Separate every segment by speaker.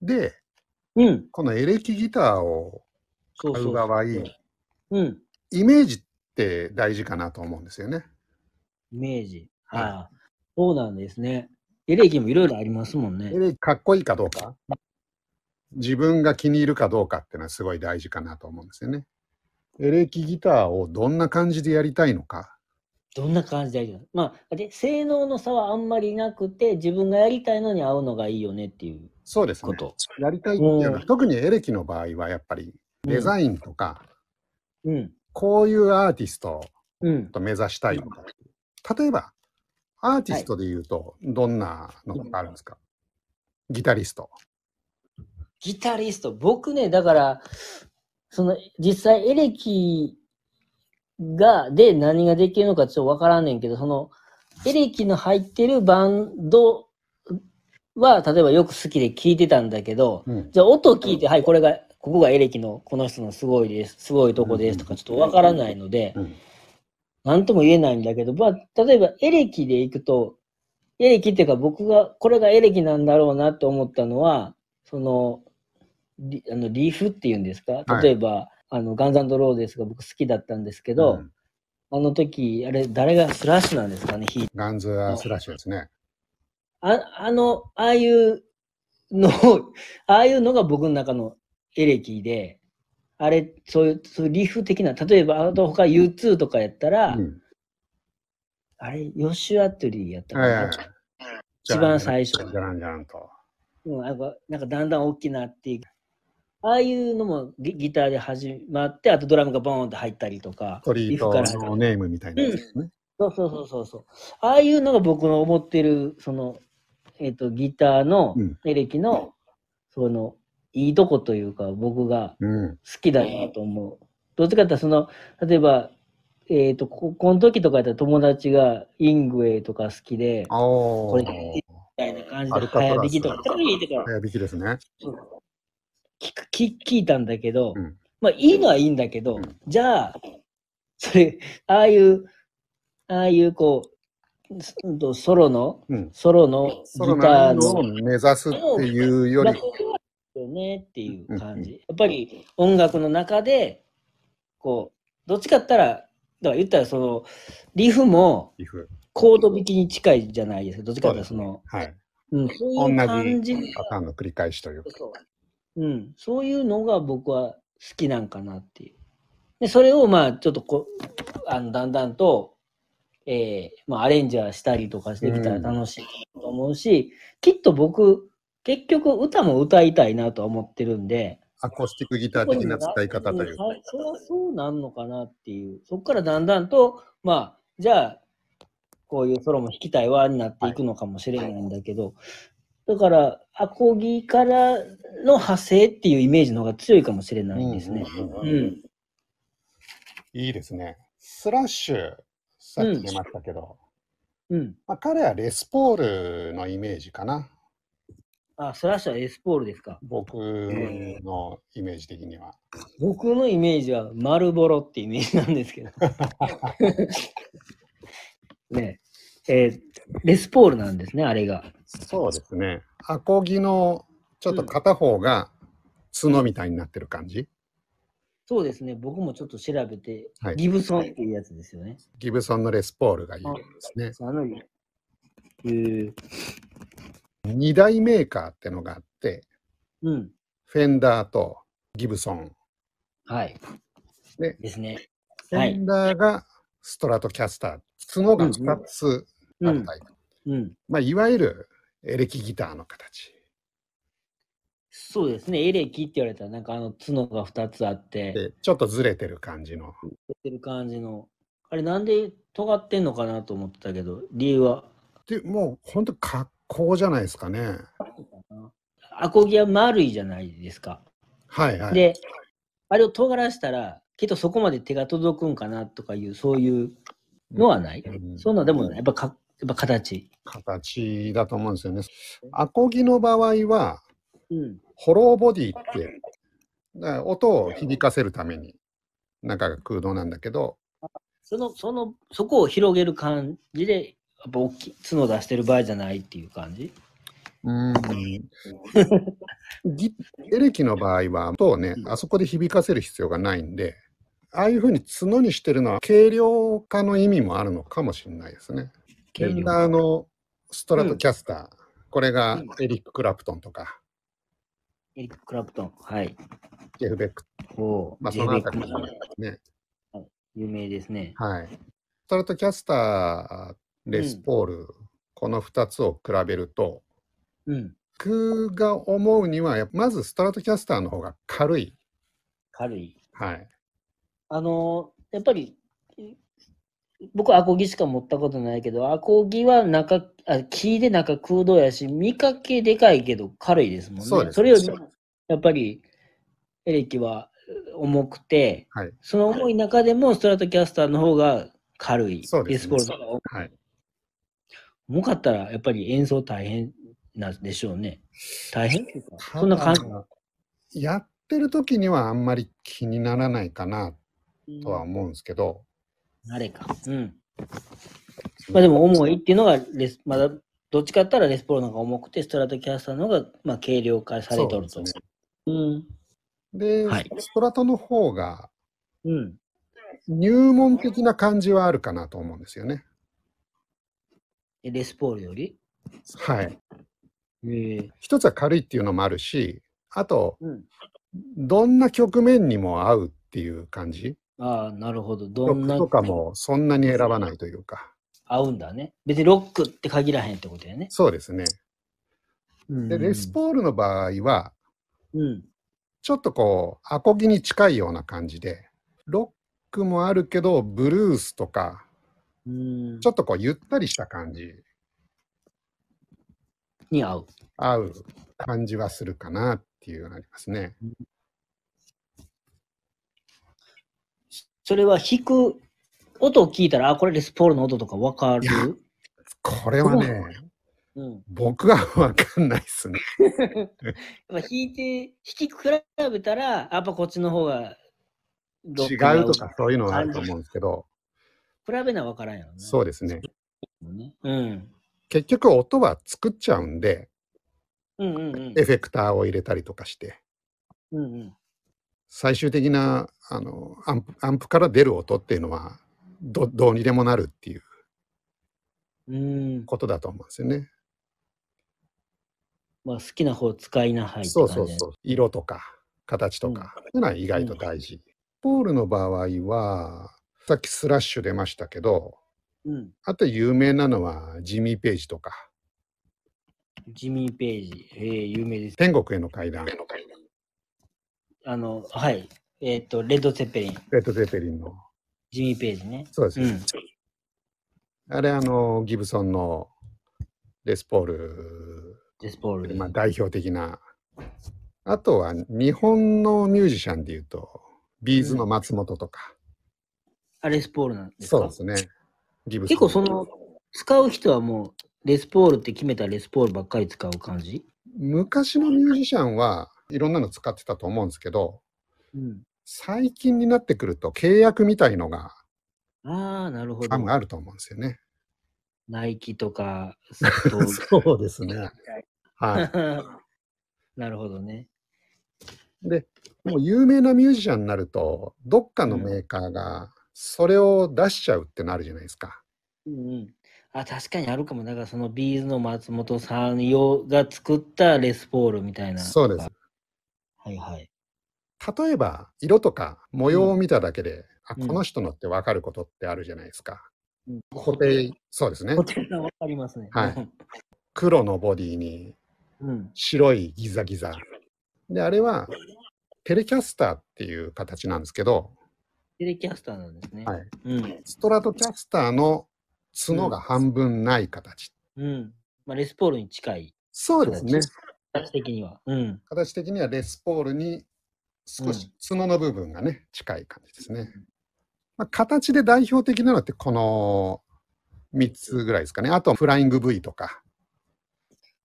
Speaker 1: で、
Speaker 2: うん。
Speaker 1: このエレキギターを
Speaker 2: そう
Speaker 1: 買
Speaker 2: そうう。
Speaker 1: 場合、
Speaker 2: うん。
Speaker 1: イメージって大事かなと思うんですよね。
Speaker 2: イメージ。
Speaker 1: はい
Speaker 2: ああ。そうなんですね。エレキもいろいろありますもんね
Speaker 1: エ。レキかっこいいかどうか、自分が気に入るかどうかっていうのはすごい大事かなと思うんですよね。エレキギターをどんな感じでやりたいのか。
Speaker 2: どんな感じでやるのまあ、で、性能の差はあんまりなくて、自分がやりたいのに合うのがいいよねっていう
Speaker 1: そうです
Speaker 2: こ
Speaker 1: ね。
Speaker 2: と。
Speaker 1: やりたいっていうのは
Speaker 2: うん
Speaker 1: 特にエレキの場合はやっぱりデザインとか、
Speaker 2: うん。
Speaker 1: こういうアーティストを
Speaker 2: うん。
Speaker 1: と目指したいのか。例えば、アーティストで言うと、どんなのがあるんですか、ギタリスト。
Speaker 2: ギタリスト。僕ね、だから、その、実際エレキが、で何ができるのかちょっとわからんねんけど、その、エレキの入ってるバンドは、例えばよく好きで聴いてたんだけど、
Speaker 1: うん
Speaker 2: じゃあ音聞いて、はい、これが、ここがエレキの、この人のすごいです、すごいとこですとか、ちょっとわからないので、
Speaker 1: うん
Speaker 2: なんとも言えないんだけど、まあ、例えばエレキで行くと、エレキっていうか僕が、これがエレキなんだろうなと思ったのは、その、リあのリーフっていうんですか
Speaker 1: はい
Speaker 2: 例えば、あの、ガンザンドローデスが僕好きだったんですけど、あの時、あれ、誰がスラッシュなんですかね、弾い
Speaker 1: ガンズ・アスラッシュですね。
Speaker 2: ああの、ああいうの を、ああいうのが僕の中のエレキで、あれ、そういう、そういうリフ的な、例えば、あと他 U2 とかやったら、
Speaker 1: うん
Speaker 2: あれ、ヨシュアトゥリーやったか
Speaker 1: はい
Speaker 2: な、
Speaker 1: はい
Speaker 2: 一番最初
Speaker 1: じゃらんじゃらんと。
Speaker 2: うんなんか。なんかだんだん大きなっていく。ああいうのもギギターで始まって、あとドラムがボーンって入ったりとか、
Speaker 1: トリ
Speaker 2: リ
Speaker 1: ート
Speaker 2: フから始ま
Speaker 1: の
Speaker 2: る。
Speaker 1: ネームみたいなやつですね。
Speaker 2: そうそうそうそうそう。ああいうのが僕の思ってる、その、えっ、と、ギターの
Speaker 1: うん、
Speaker 2: エレキの、その、いいとこというか、僕が
Speaker 1: うん。
Speaker 2: 好きだなと思う。どっちかっていうとその、例えば、えっ、と、ここの時とかやったら友達がイングウェイとか好きで、み
Speaker 1: お
Speaker 2: こ
Speaker 1: ー
Speaker 2: れ。たいな感じ
Speaker 1: ア
Speaker 2: で
Speaker 1: ルカトラス
Speaker 2: 早弾きとか、早弾きとか
Speaker 1: 早引きですね。
Speaker 2: 聞く聞聞いたんだけど、
Speaker 1: うん
Speaker 2: まあいいのはいいんだけど、
Speaker 1: うん
Speaker 2: じゃあ、それ、ああいう、ああいうこうすうんと、ソロの、
Speaker 1: うん。
Speaker 2: ソロのギ
Speaker 1: その
Speaker 2: ター
Speaker 1: 内容を
Speaker 2: の、
Speaker 1: 目指すっていうより
Speaker 2: だ、けはよねっていう感
Speaker 1: う
Speaker 2: じ。やっぱり音楽の中で、こう、どっちかって言ったら、だから言ったらその、リフも
Speaker 1: リフ。
Speaker 2: コード弾きに近いじゃないですか。どっちかって言ったらその、
Speaker 1: はい。
Speaker 2: うん、そういう感じ
Speaker 1: 同じパターンの繰り返しというか。
Speaker 2: そううん、そういうのが僕は好きなんかなっていう。で、それをまあ、ちょっとこうあのだんだんと、えーまあ、アレンジはしたりとかしてきたら楽しいと思うし、きっと僕、結局歌も歌いたいなとは思ってるんで、
Speaker 1: アコースティックギター的な使い方というか。
Speaker 2: んそれはそうなんのかなっていう。そこからだんだんと、まあ、じゃあ、こういうソロも弾きたいわになっていくのかもしれないんだけど、だから、アコギからの派生っていうイメージの方が強いかもしれないですね。
Speaker 1: うんうんうん
Speaker 2: う
Speaker 1: うん
Speaker 2: ん。
Speaker 1: いいですね。スラッシュ、さっき出ましたけど、
Speaker 2: うん。
Speaker 1: まあ、彼はレスポールのイメージかな。
Speaker 2: あ、スラッシュはエスポールですか。
Speaker 1: 僕のイメージ的には。
Speaker 2: 僕のイメージは丸ボロってイメージなんで すけど。ねえーレスポールなんですね、あれが。
Speaker 1: そうですね。アコギのちょっと片方が角みたいになってる感じ。
Speaker 2: そうですね、僕もちょっと調べて、
Speaker 1: はい
Speaker 2: ギブソンっていうやつですよね。
Speaker 1: ギブソンのレスポールがいいですね。
Speaker 2: あの、うん、
Speaker 1: 二大メーカーってのがあって、
Speaker 2: うん、
Speaker 1: フェンダーとギブソン。
Speaker 2: はい。
Speaker 1: ね
Speaker 2: ですね。
Speaker 1: フ
Speaker 2: は
Speaker 1: ェ
Speaker 2: い
Speaker 1: ンダーがストラトキャスター。角が2つあ
Speaker 2: う
Speaker 1: る
Speaker 2: ん
Speaker 1: タイプ。
Speaker 2: うん、
Speaker 1: まあ、いわゆるエレキギターの形。
Speaker 2: そうですね、エレキって言われたら、なんかあの角が2つあって、
Speaker 1: で、ちょっとずれてる感じの。
Speaker 2: 出てる感じの、あれ、なんで尖ってんのかなと思ってたけど、理由は、
Speaker 1: で、もう本当格好じゃないですかね。
Speaker 2: アコギは丸いじゃないですか。
Speaker 1: はいはい。
Speaker 2: で、あれを尖らしたら、きっとそこまで手が届くんかなとかいう、そういうのはない。
Speaker 1: うん
Speaker 2: そんなんでもない。やっぱか、やっぱ形。
Speaker 1: 形だと思うんですよね。アコギの場合は、
Speaker 2: うん。
Speaker 1: ホローボディって、だから音を響かせるために、中が空洞なんだけど、
Speaker 2: その、その、そこを広げる感じで、やっぱ大きい角出してる場合じゃないっていう感じ
Speaker 1: うん。ギエレキの場合は、音をね、あそこで響かせる必要がないんで、ああいうふうに角にしてるのは軽量化の意味もあるのかもしれないですね。
Speaker 2: 軽
Speaker 1: フェン
Speaker 2: 量
Speaker 1: ダーのストラトキャスター、これ
Speaker 2: う
Speaker 1: が
Speaker 2: ん
Speaker 1: エリック・クラプトンとか、
Speaker 2: エリック・クラプトン。はい。
Speaker 1: ジェフ・ベック、
Speaker 2: お
Speaker 1: まあ、
Speaker 2: ジ
Speaker 1: そ
Speaker 2: ェ
Speaker 1: の
Speaker 2: イベ
Speaker 1: あ
Speaker 2: ッ
Speaker 1: た
Speaker 2: ク
Speaker 1: り
Speaker 2: マ
Speaker 1: も
Speaker 2: ン。
Speaker 1: ね。
Speaker 2: 有名ですね。
Speaker 1: はい。ストラトキャスター、レスポール、この2つを比べると、
Speaker 2: うん。
Speaker 1: 僕が思うには、やっぱまずストラトキャスターの方が軽い。
Speaker 2: 軽い。
Speaker 1: はい。
Speaker 2: あのーやっぱり、い僕、アコギしか持ったことないけど、アコギは中、あ木で中空洞やし、見かけでかいけど軽いですもんね。
Speaker 1: そうです
Speaker 2: れより
Speaker 1: そうで、
Speaker 2: やっぱり、エレキはう重くて、
Speaker 1: はい
Speaker 2: その重い中でもストラトキャスターの方が軽い。
Speaker 1: そうです
Speaker 2: レスポールの方が重い
Speaker 1: はい。
Speaker 2: 重かったら、やっぱり演奏大変なんでしょうね。大変っていうか
Speaker 1: ただ
Speaker 2: そんな感じ。
Speaker 1: やってる時にはあんまり気にならないかなとは思うんですけど、
Speaker 2: あれか。うん。まあでも重いっていうのがレス、まだどっちかって言ったらレスポールの方が重くて、ストラトキャスターの方がまあ軽量化されとると。
Speaker 1: そう
Speaker 2: う
Speaker 1: ですで、
Speaker 2: ん。はい
Speaker 1: ストラトの方が
Speaker 2: うん。
Speaker 1: 入門的な感じはあるかなと思うんですよね。
Speaker 2: えレスポールより
Speaker 1: はい。
Speaker 2: ええ。
Speaker 1: 一つは軽いっていうのもあるし、あと、
Speaker 2: うん。
Speaker 1: どんな局面にも合うっていう感じ。
Speaker 2: ああ、なるほど。どん
Speaker 1: 曲
Speaker 2: な
Speaker 1: とかもそんなに選ばないというか。
Speaker 2: 合うんだね。別にロックって限らへんってことやね。
Speaker 1: そうですね。
Speaker 2: うん
Speaker 1: で、レスポールの場合は、
Speaker 2: うん。
Speaker 1: ちょっとこう、アコギに近いような感じで、ロックもあるけど、ブルースとか、
Speaker 2: うん。
Speaker 1: ちょっとこう、ゆったりした感じ、
Speaker 2: に合う。
Speaker 1: 合う感じはするかなっていうのがありますね。
Speaker 2: それは弾く音を聞いたら、あ、これレスポールの音とかわか
Speaker 1: いや
Speaker 2: る
Speaker 1: これは
Speaker 2: そう
Speaker 1: ね、
Speaker 2: うん。
Speaker 1: 僕はわかんないですね。
Speaker 2: やっぱ弾いて、弾き比べたら、やっぱこっちの方がロッ
Speaker 1: 違
Speaker 2: クが合
Speaker 1: うとかそういうのがあると思うんですけど、
Speaker 2: 比べなわからんよね。
Speaker 1: そうですね。
Speaker 2: うね。うん。
Speaker 1: 結局音は作っちゃうんで、
Speaker 2: うんうんうん
Speaker 1: エ。フェクターを入れたりとかして、
Speaker 2: うんうん、
Speaker 1: 最終的なあのアンプアンプから出る音っていうのはどどうにでもなるっていう
Speaker 2: うん。
Speaker 1: ことだと思うんですよね。
Speaker 2: まあ好きな方使いなはいって
Speaker 1: そ
Speaker 2: 感
Speaker 1: う
Speaker 2: じ
Speaker 1: そうそう。色とか形とか、ってのは意外と大事。ポールの場合は、さっきスラッシュ出ましたけど、
Speaker 2: う。うん。
Speaker 1: あと有名なのはジミー・ページとか、
Speaker 2: ジミー・ページ。ええ有名です。
Speaker 1: 天国への階段、レ
Speaker 2: あの、はい。えっ、と、レッド・ゼッペリン。
Speaker 1: ッド・ゼペリンの。
Speaker 2: ジミー・ページね。
Speaker 1: そうです
Speaker 2: う
Speaker 1: ね。
Speaker 2: ん。
Speaker 1: あれ、あの、ギブソンのレスポール、
Speaker 2: デスポールで。
Speaker 1: まあ、代表的な。あとは、日本のミュージシャンでいうと、ビーズの松本とか。
Speaker 2: あ、レスポールなんですか
Speaker 1: そうですね。ギブソン。
Speaker 2: 結構その、使う人はもう、レスポールって決めたらレスポールばっかり使う感じ
Speaker 1: 昔のミュージシャンはいろんなの使ってたと思うんですけど、
Speaker 2: うん。
Speaker 1: 最近になってくると契約みたいのが
Speaker 2: ああ、なるほど
Speaker 1: 多。分あると思うんですよね。
Speaker 2: ナイキとか、東京
Speaker 1: そうですね。はい。
Speaker 2: なるほどね。
Speaker 1: で、もう有名なミュージシャンになると、どっかのメーカーがそれを出しちゃうってなるじゃないですか。
Speaker 2: うんうん。あ、確かにあるかも。だからそのビーズの松本さん用が作ったレスポールみたいな。
Speaker 1: そうです。。
Speaker 2: はいはい。
Speaker 1: 例えば、色とか模様を見ただけで、
Speaker 2: うん
Speaker 1: あこの人のって分かることってあるじゃないですか。
Speaker 2: うん
Speaker 1: 固定、そうですね
Speaker 2: ホ。テルのわかりますね。
Speaker 1: はい。黒のボディに
Speaker 2: うん。
Speaker 1: 白いギザギザ。で、あれは、テレキャスターっていう形なんですけど、
Speaker 2: テレキャスターなんですね。
Speaker 1: はい
Speaker 2: うん。
Speaker 1: ストラトキャスターの角が半分ない形。
Speaker 2: うん。まあ、レスポールに近い。
Speaker 1: そうですね。
Speaker 2: 形的には。うん。
Speaker 1: 形的にはレスポールに少し角の部分がね、近い感じですね。まあ、形で代表的なのってこの3つぐらいですかね。あとフライング V とか、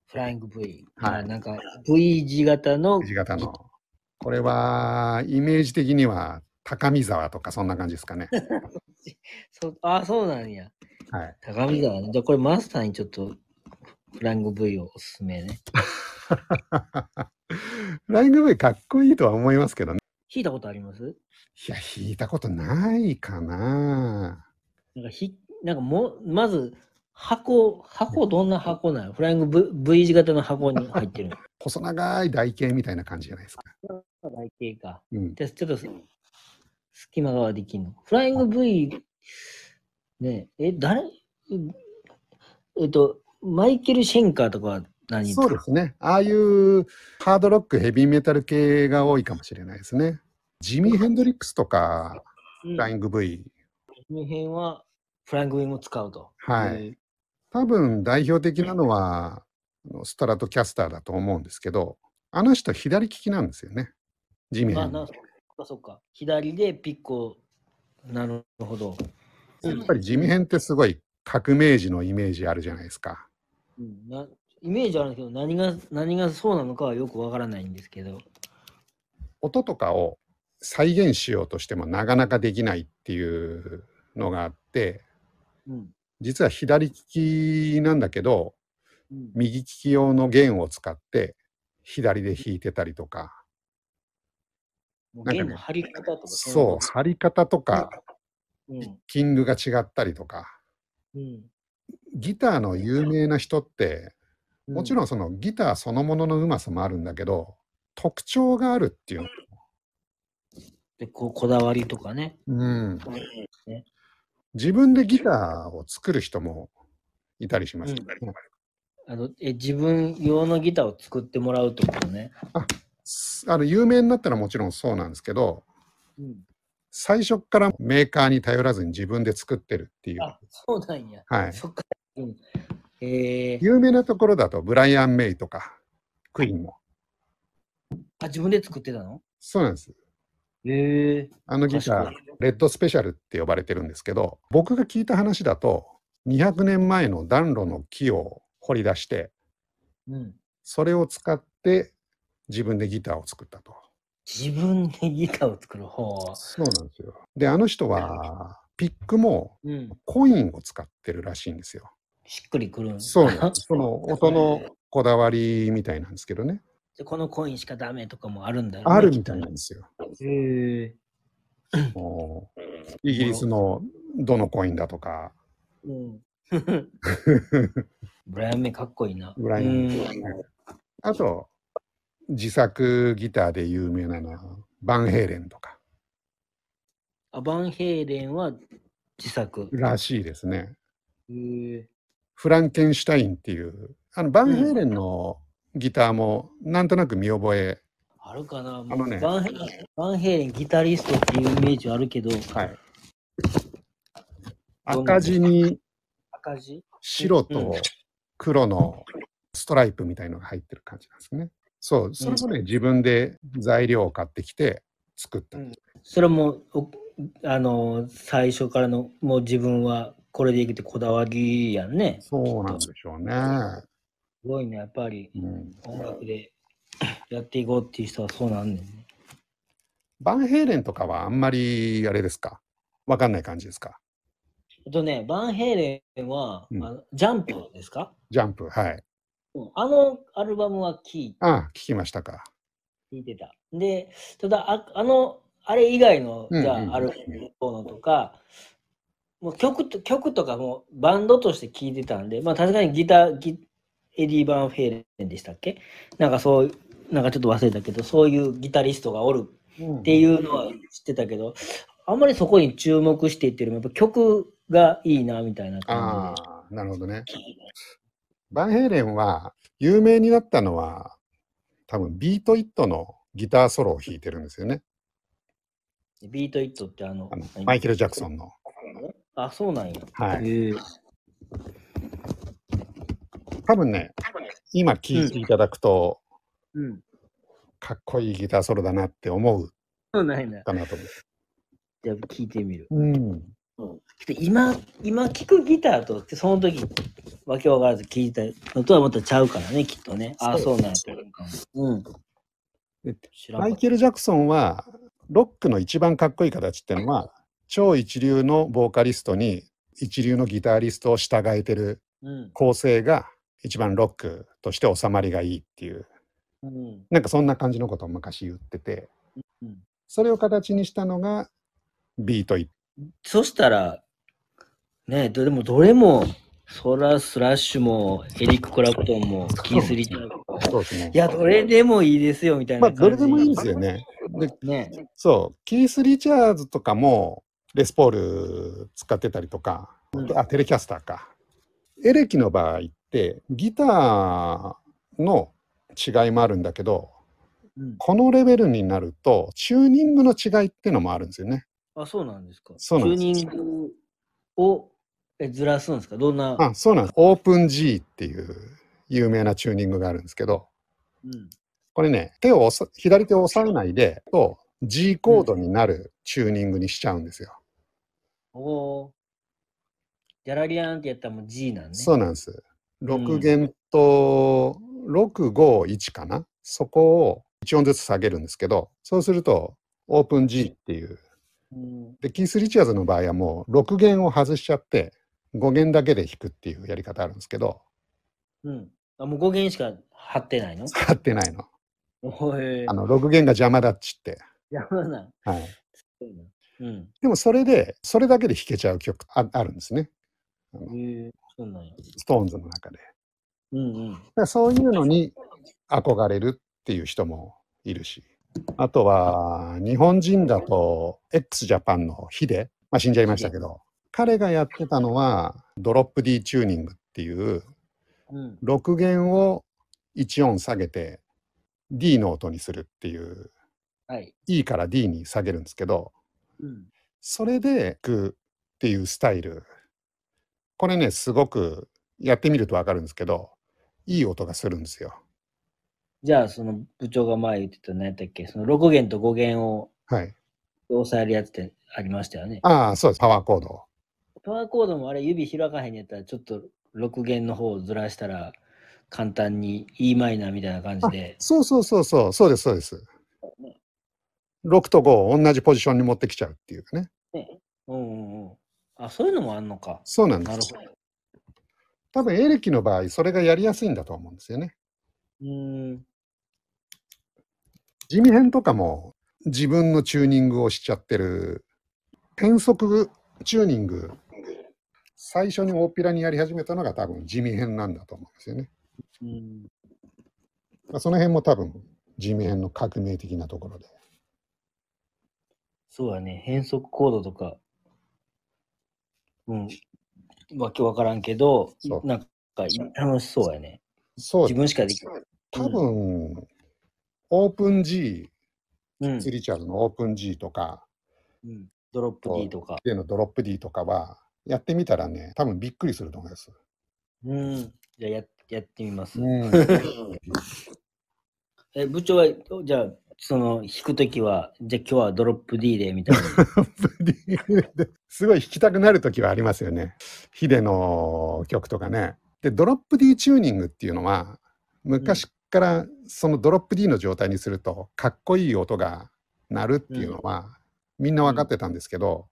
Speaker 2: フライング V。
Speaker 1: はい
Speaker 2: あなんか V 字型の
Speaker 1: G 型の。これはイメージ的には高見沢とかそんな感じですかね。
Speaker 2: そうあ、そうなんや。
Speaker 1: はい、
Speaker 2: 高見沢ね。じゃあこれマスターにちょっとフライング V をおすすめね。
Speaker 1: フライング V かっこいいとは思いますけどね。
Speaker 2: 弾いたことあります
Speaker 1: いや、弾いたことないかな。
Speaker 2: なんかひ、なんかもう、まず、箱、箱どんな箱なのフライング v, v 字型の箱に入ってる。
Speaker 1: 細長い台形みたいな感じじゃないですか。
Speaker 2: 台形か。
Speaker 1: うん。
Speaker 2: で、ちょっとす、隙間ができんの。フライング V、ねえ、え誰えっと、マイケル・シェンカーとかは何
Speaker 1: そうですね。ああいうハードロック、ヘビーメタル系が多いかもしれないですね。ジミー・ヘンドリックスとか、
Speaker 2: うん
Speaker 1: フライング V。
Speaker 2: この辺は、フライング V も使うと。
Speaker 1: はい。多分代表的なのは、あのストラトキャスターだと思うんですけど、あの人左利きなんですよね。ジミー・ヘ
Speaker 2: あ、
Speaker 1: ンドリ
Speaker 2: な
Speaker 1: ック
Speaker 2: そっかそっか。左でピッコ。なるほど。
Speaker 1: ス。やっぱりジミー・ヘンってすごい革命児のイメージあるじゃないですか。
Speaker 2: うん、なイメージあるんですけど、何が、何がそうなのかはよくわからないんですけど。
Speaker 1: 音とかを再現しようとしてもなかなかできないっていうのがあって、
Speaker 2: うん。
Speaker 1: 実は左利きなんだけど、
Speaker 2: うん
Speaker 1: 右利き用の弦を使って左で弾いてたりとか
Speaker 2: もう
Speaker 1: なんかね
Speaker 2: 弦の張り方とか
Speaker 1: そう張り方とか
Speaker 2: ういうの。
Speaker 1: キングが違ったりとか
Speaker 2: うん。
Speaker 1: ギターの有名な人って
Speaker 2: うん。
Speaker 1: もちろんそのギターそのもののうまさもあるんだけど特徴があるっていう、
Speaker 2: でこうこだわりとかね。
Speaker 1: うん、
Speaker 2: ね
Speaker 1: 自分でギターを作る人もいたりします、
Speaker 2: うんあのえ自分用のギターを作ってもらうってことね。
Speaker 1: あの有名になったらもちろんそうなんですけど
Speaker 2: うん、
Speaker 1: 最初っからメーカーに頼らずに自分で作ってるっていう、
Speaker 2: あそうなんや。
Speaker 1: はい、
Speaker 2: そっから。うん、えー、
Speaker 1: 有名なところだとブライアン・メイとかクイーンも
Speaker 2: あ自分で作ってたの
Speaker 1: そうなんです
Speaker 2: ええ
Speaker 1: あのギター
Speaker 2: 賢い
Speaker 1: レッドスペシャルって呼ばれてるんですけど僕が聞いた話だと200年前の暖炉の木を掘り出して
Speaker 2: うん。
Speaker 1: それを使って自分でギターを作ったと
Speaker 2: 自分でギターを作る方。
Speaker 1: そうなんですよであの人はピックも
Speaker 2: うん。
Speaker 1: コインを使ってるらしいんですよ
Speaker 2: しっくりくる ん
Speaker 1: そうなんですそ の音のこだわりみたいなんですけどね
Speaker 2: でこのコインしかダメとかもあるんだよ、ね。
Speaker 1: あるみたいなんですよ
Speaker 2: きっとね。へえ
Speaker 1: もうイギリスのどのコインだとか
Speaker 2: うん。ブライアンメイかっこいいな。
Speaker 1: ブライアンメイ
Speaker 2: うん
Speaker 1: あと、自作ギターで有名なのは、バンヘイレンとか、
Speaker 2: アバンヘイレンは自作。
Speaker 1: らしいですね。
Speaker 2: へえ
Speaker 1: フランケンシュタインっていう、あの、バンヘイレンのギターも、なんとなく見覚え、
Speaker 2: あるかな、
Speaker 1: のね
Speaker 2: バンヘバンヘイレンギタリストっていうイメージはあるけど、
Speaker 1: はい赤地に
Speaker 2: 赤字
Speaker 1: 白
Speaker 2: うん
Speaker 1: と黒のストライプみたいのが入ってる感じなんですね。そう、それもね、自分で材料を買ってきて作った。
Speaker 2: うんそれもおあの最初からのもう自分はこれでいくってこだわりやんね。す
Speaker 1: そうなんでしょうね。
Speaker 2: ごいね、やっぱり
Speaker 1: うん
Speaker 2: 音楽でやっていこうっていう人はそうなんだよね。
Speaker 1: バンヘイレンとかはあんまり、あれですかわかんない感じですか
Speaker 2: あとね、バンヘイレンは、
Speaker 1: うん
Speaker 2: あのジャンプですか
Speaker 1: ジャンプ、はい。
Speaker 2: うんあのアルバムは聴い
Speaker 1: ああ、聞きましたか。
Speaker 2: 聞いてた。で、ただ、ああの、あれ以外の、
Speaker 1: うん
Speaker 2: じ
Speaker 1: うん
Speaker 2: ゃあ、ある方のとか、もう曲と、曲とかもバンドとして聴いてたんで、まあ確かにギター、ギエディ・バン・フェイレンでしたっけなんかそう、なんかちょっと忘れたけど、そういうギタリストがおるっていうのは知ってたけど、あんまりそこに注目していってるやっぱ曲がいいな、みたいな
Speaker 1: あ
Speaker 2: 感じ
Speaker 1: あ、なるほどね。バンヘイレンは有名になったのは、多分ビートイットのギターソロを弾いてるんですよね。
Speaker 2: で。ビート・イットってあの
Speaker 1: あの、マイケル・ジャクソ
Speaker 2: ン。
Speaker 1: ンの。
Speaker 2: あ、そうなんや。
Speaker 1: はい。
Speaker 2: へえ
Speaker 1: 多分ね、今聴いていただくと、
Speaker 2: うん。
Speaker 1: かっこいいギターソロだなって思う
Speaker 2: そうなんや。
Speaker 1: かなと思う。
Speaker 2: じゃあ聞いてみる。
Speaker 1: うん。
Speaker 2: で今、今聞くギターと、その時、わけわからず聞いたのとはまたちゃうからね、きっとね。ああ、そうなんやと思うかも。うん。知ら
Speaker 1: マイ
Speaker 2: んかった
Speaker 1: ケル・ジャクソンは、ロックの一番かっこいい形っていうのは、超一流のボーカリストに一流のギタリストを従えてる
Speaker 2: うん。
Speaker 1: 構成が一番ロックとして収まりがいいっていう
Speaker 2: うん。
Speaker 1: なんかそんな感じのことを昔言ってて
Speaker 2: うん
Speaker 1: それを形にしたのがビートイッ
Speaker 2: そしたら、ねどでもどれも、ソラスラッシュも、エリック・クラプトンも、キース・リチャードも
Speaker 1: プそうですね
Speaker 2: いや、どれでもいいですよ、みたい
Speaker 1: まあ
Speaker 2: な感じ。
Speaker 1: どれでもいいんですよねで
Speaker 2: ね。
Speaker 1: そうキース・リチャーズとかもレスポール使ってたりとか
Speaker 2: うん
Speaker 1: あテレキャスターかエレキの場合ってギターの違いもあるんだけど
Speaker 2: うん
Speaker 1: このレベルになるとチューニングの違いっていうのもあるんですよね
Speaker 2: あ、そうなんですか。
Speaker 1: そうなんです
Speaker 2: チューニングをえずらすんですかどんな。
Speaker 1: あそうなんですオープン G っていう有名なチューニングがあるんですけど
Speaker 2: うん
Speaker 1: これね手を押さ左手を押さえないでと G コードになるチューニングにしちゃうんですよ、
Speaker 2: おーギャラリアンってやったらもう G なんね。
Speaker 1: そうなんです6弦と651かなそこを1音ずつ下げるんですけどそうするとオープン G っていう
Speaker 2: うん
Speaker 1: でキース・リチャーズの場合はもう6弦を外しちゃって5弦だけで弾くっていうやり方あるんですけど
Speaker 2: うん。あ、もう5弦しか張ってないの
Speaker 1: 使ってないの
Speaker 2: おへ
Speaker 1: あの6弦が邪魔だっちって、
Speaker 2: 邪魔な。
Speaker 1: はい、
Speaker 2: そうなんうん。
Speaker 1: でもそれで、それだけで弾けちゃう曲ああるんですね。
Speaker 2: へえ、そうなんや。
Speaker 1: ストーンズの中で。だか
Speaker 2: うんうん。
Speaker 1: らそういうのに憧れるっていう人もいるし。あとは、日本人だと、x ジャパンのヒデ、まあ、死んじゃいましたけど、彼がやってたのは、ドロップ D チューニングっていう、
Speaker 2: うん。
Speaker 1: 6弦を1音下げて、D の音にするっていう、
Speaker 2: はい。
Speaker 1: E から D に下げるんですけど、
Speaker 2: うん。
Speaker 1: それで弾くっていうスタイル。これね、すごくやってみるとわかるんですけど、いい音がするんですよ。
Speaker 2: じゃあ、その部長が前言ってた何やったっけその6弦と5弦を
Speaker 1: はい。
Speaker 2: 押さえるやつってありましたよね。
Speaker 1: ああ、そうです。パワーコード。
Speaker 2: パワーコードもあれ指開かへんやったらちょっと6弦の方をずらしたら簡単に e マイナーみたいな感じで。
Speaker 1: そうそうそうそう、そうです、そうです。6と5を同じポジションに持ってきちゃうっていうかね。
Speaker 2: うんうんうん。あ、そういうのもあんのか。
Speaker 1: そうなんで
Speaker 2: なる
Speaker 1: す
Speaker 2: ほ。ど。
Speaker 1: 多分エレキの場合、それがやりやすいんだと思うんですよね。
Speaker 2: うーん。
Speaker 1: 地味編とかも自分のチューニングをしちゃってる。変速チューニング。最初に大っぴらにやり始めたのが多分地味編なんだと思うんですよね。
Speaker 2: うん
Speaker 1: まあその辺も多分地味編の革命的なところで。
Speaker 2: そうやね、変則コードとか、うん、わけわからんけど
Speaker 1: そ、う
Speaker 2: なんか楽しそうやね。
Speaker 1: そう
Speaker 2: 自分しかできない。
Speaker 1: 多分、オープン G、
Speaker 2: うん
Speaker 1: スリチャーズのオープン G とか、
Speaker 2: うん、ドロップ D とか。
Speaker 1: でのドロップ D とかは、やってみたらね、多分びっくりすると思います。
Speaker 2: うん、じゃあややってみます。
Speaker 1: うん、
Speaker 2: え部長は、じゃあ、その弾くときは、じゃあ今日はドロップ D でみたいな。
Speaker 1: すごい弾きたくなる時はありますよね。ヒデの曲とかね。で、ドロップ D チューニングっていうのは、昔からそのドロップ D の状態にすると、かっこいい音が鳴るっていうのは、みんな分かってたんですけど、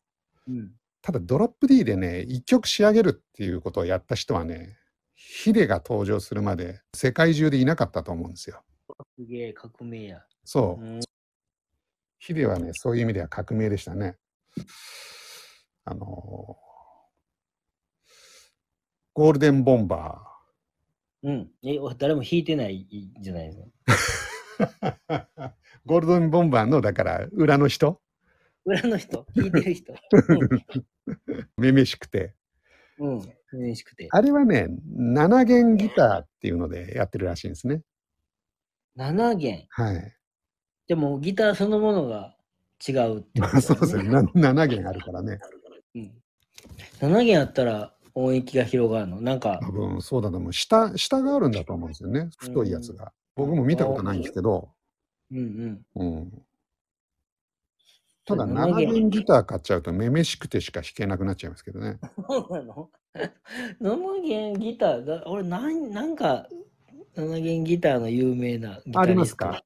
Speaker 2: うん、
Speaker 1: ただドロップ D でね、一曲仕上げるっていうことをやった人はね、ヒデが登場するまで世界中でいなかったと思うんですよ。
Speaker 2: すげえ革命や。
Speaker 1: そうう。
Speaker 2: ん、
Speaker 1: ヒデはね、そういう意味では革命でしたね。あのーゴールデンボンバ
Speaker 2: うん、え誰も弾いてないじゃないですか。
Speaker 1: ー。 ゴールデンボンバーの、だから、裏の人、
Speaker 2: 裏の 人、弾いてる人。
Speaker 1: めめしくて。
Speaker 2: うん、うん、嬉しくて。
Speaker 1: あれはね、7弦ギターっていうのでやってるらしいんですね。
Speaker 2: 7弦。
Speaker 1: はい。
Speaker 2: でもギターそのものが違うって
Speaker 1: まあ、そうですね。な7弦あるからね。
Speaker 2: うん、7弦あったら音域が広がるのなんか
Speaker 1: 多分そうだと思う下下があるんだと思うんですよね太いやつが、僕も見たことないんですけど、
Speaker 2: うんうん
Speaker 1: うん、ただ
Speaker 2: そう
Speaker 1: 7弦ギター買っちゃうとめめしくてしか弾けなくなっちゃいますけどね
Speaker 2: そうなの 7弦ギターだ俺なんなんか7弦ギターの有名なギタリスト
Speaker 1: ありますか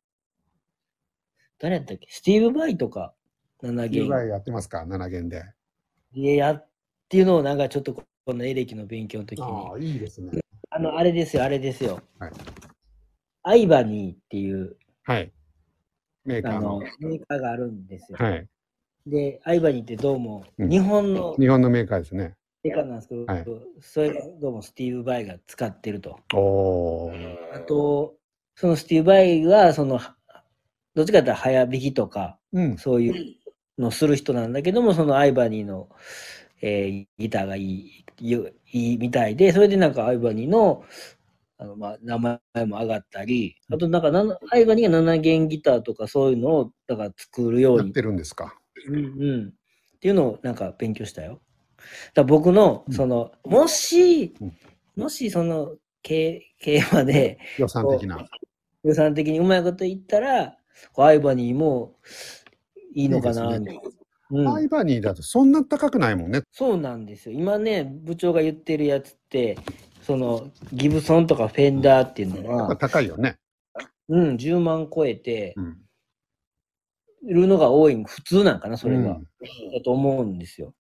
Speaker 2: 誰やったっけスティーブ・バイとか7
Speaker 1: いわ
Speaker 2: 弦
Speaker 1: やってますか7弦で
Speaker 2: いややっていうのをなんかちょっとこのエレキの勉強の時に
Speaker 1: ああいいですね
Speaker 2: あの、あれですよ、あれですよ。
Speaker 1: はい
Speaker 2: アイバニーっていう、
Speaker 1: はい。メーカ
Speaker 2: あ
Speaker 1: ーの
Speaker 2: の、。メーカーがあるんですよ。
Speaker 1: はい。
Speaker 2: で、アイバニーってどうも、
Speaker 1: うん
Speaker 2: 日本の
Speaker 1: 日本のメーカーですね。
Speaker 2: メーカーなんですけど、
Speaker 1: はい
Speaker 2: それがどうもスティーブ・バイが使ってると。
Speaker 1: おー。
Speaker 2: あと、そのスティーブ・バイは、その、どっちかというと早引きとか、
Speaker 1: うん。
Speaker 2: そういうのする人なんだけども、そのアイバニーの、えーギターがいいいいいいみたいで、それでなんかアイバニーのあの、まあ、名前も上がったり、あとなんかななアイバニーが7弦ギターとかそういうのをだから作るよう
Speaker 1: やっ
Speaker 2: に、
Speaker 1: てるんですか。
Speaker 2: うんうん、っていうのをなんか勉強したよ。だから僕の
Speaker 1: うん
Speaker 2: その、もし
Speaker 1: うん、
Speaker 2: もしその競競馬で、
Speaker 1: 予算的な。
Speaker 2: 予算的にうまいこと言ったら、こうアイバニーもいいのか
Speaker 1: い
Speaker 2: な、
Speaker 1: い
Speaker 2: み
Speaker 1: で
Speaker 2: た
Speaker 1: す
Speaker 2: い
Speaker 1: ね
Speaker 2: な。うん
Speaker 1: アイバニーだとそんな高くないもんね。
Speaker 2: そうなんですよ。今ね、部長が言ってるやつって、そのギブソンとかフェンダーっていうの
Speaker 1: やっぱ
Speaker 2: は、
Speaker 1: 高いよね。
Speaker 2: うん、10万超えて
Speaker 1: うん。
Speaker 2: るのが多い、普通なんかな、それが。
Speaker 1: うん
Speaker 2: だと思うんですよ。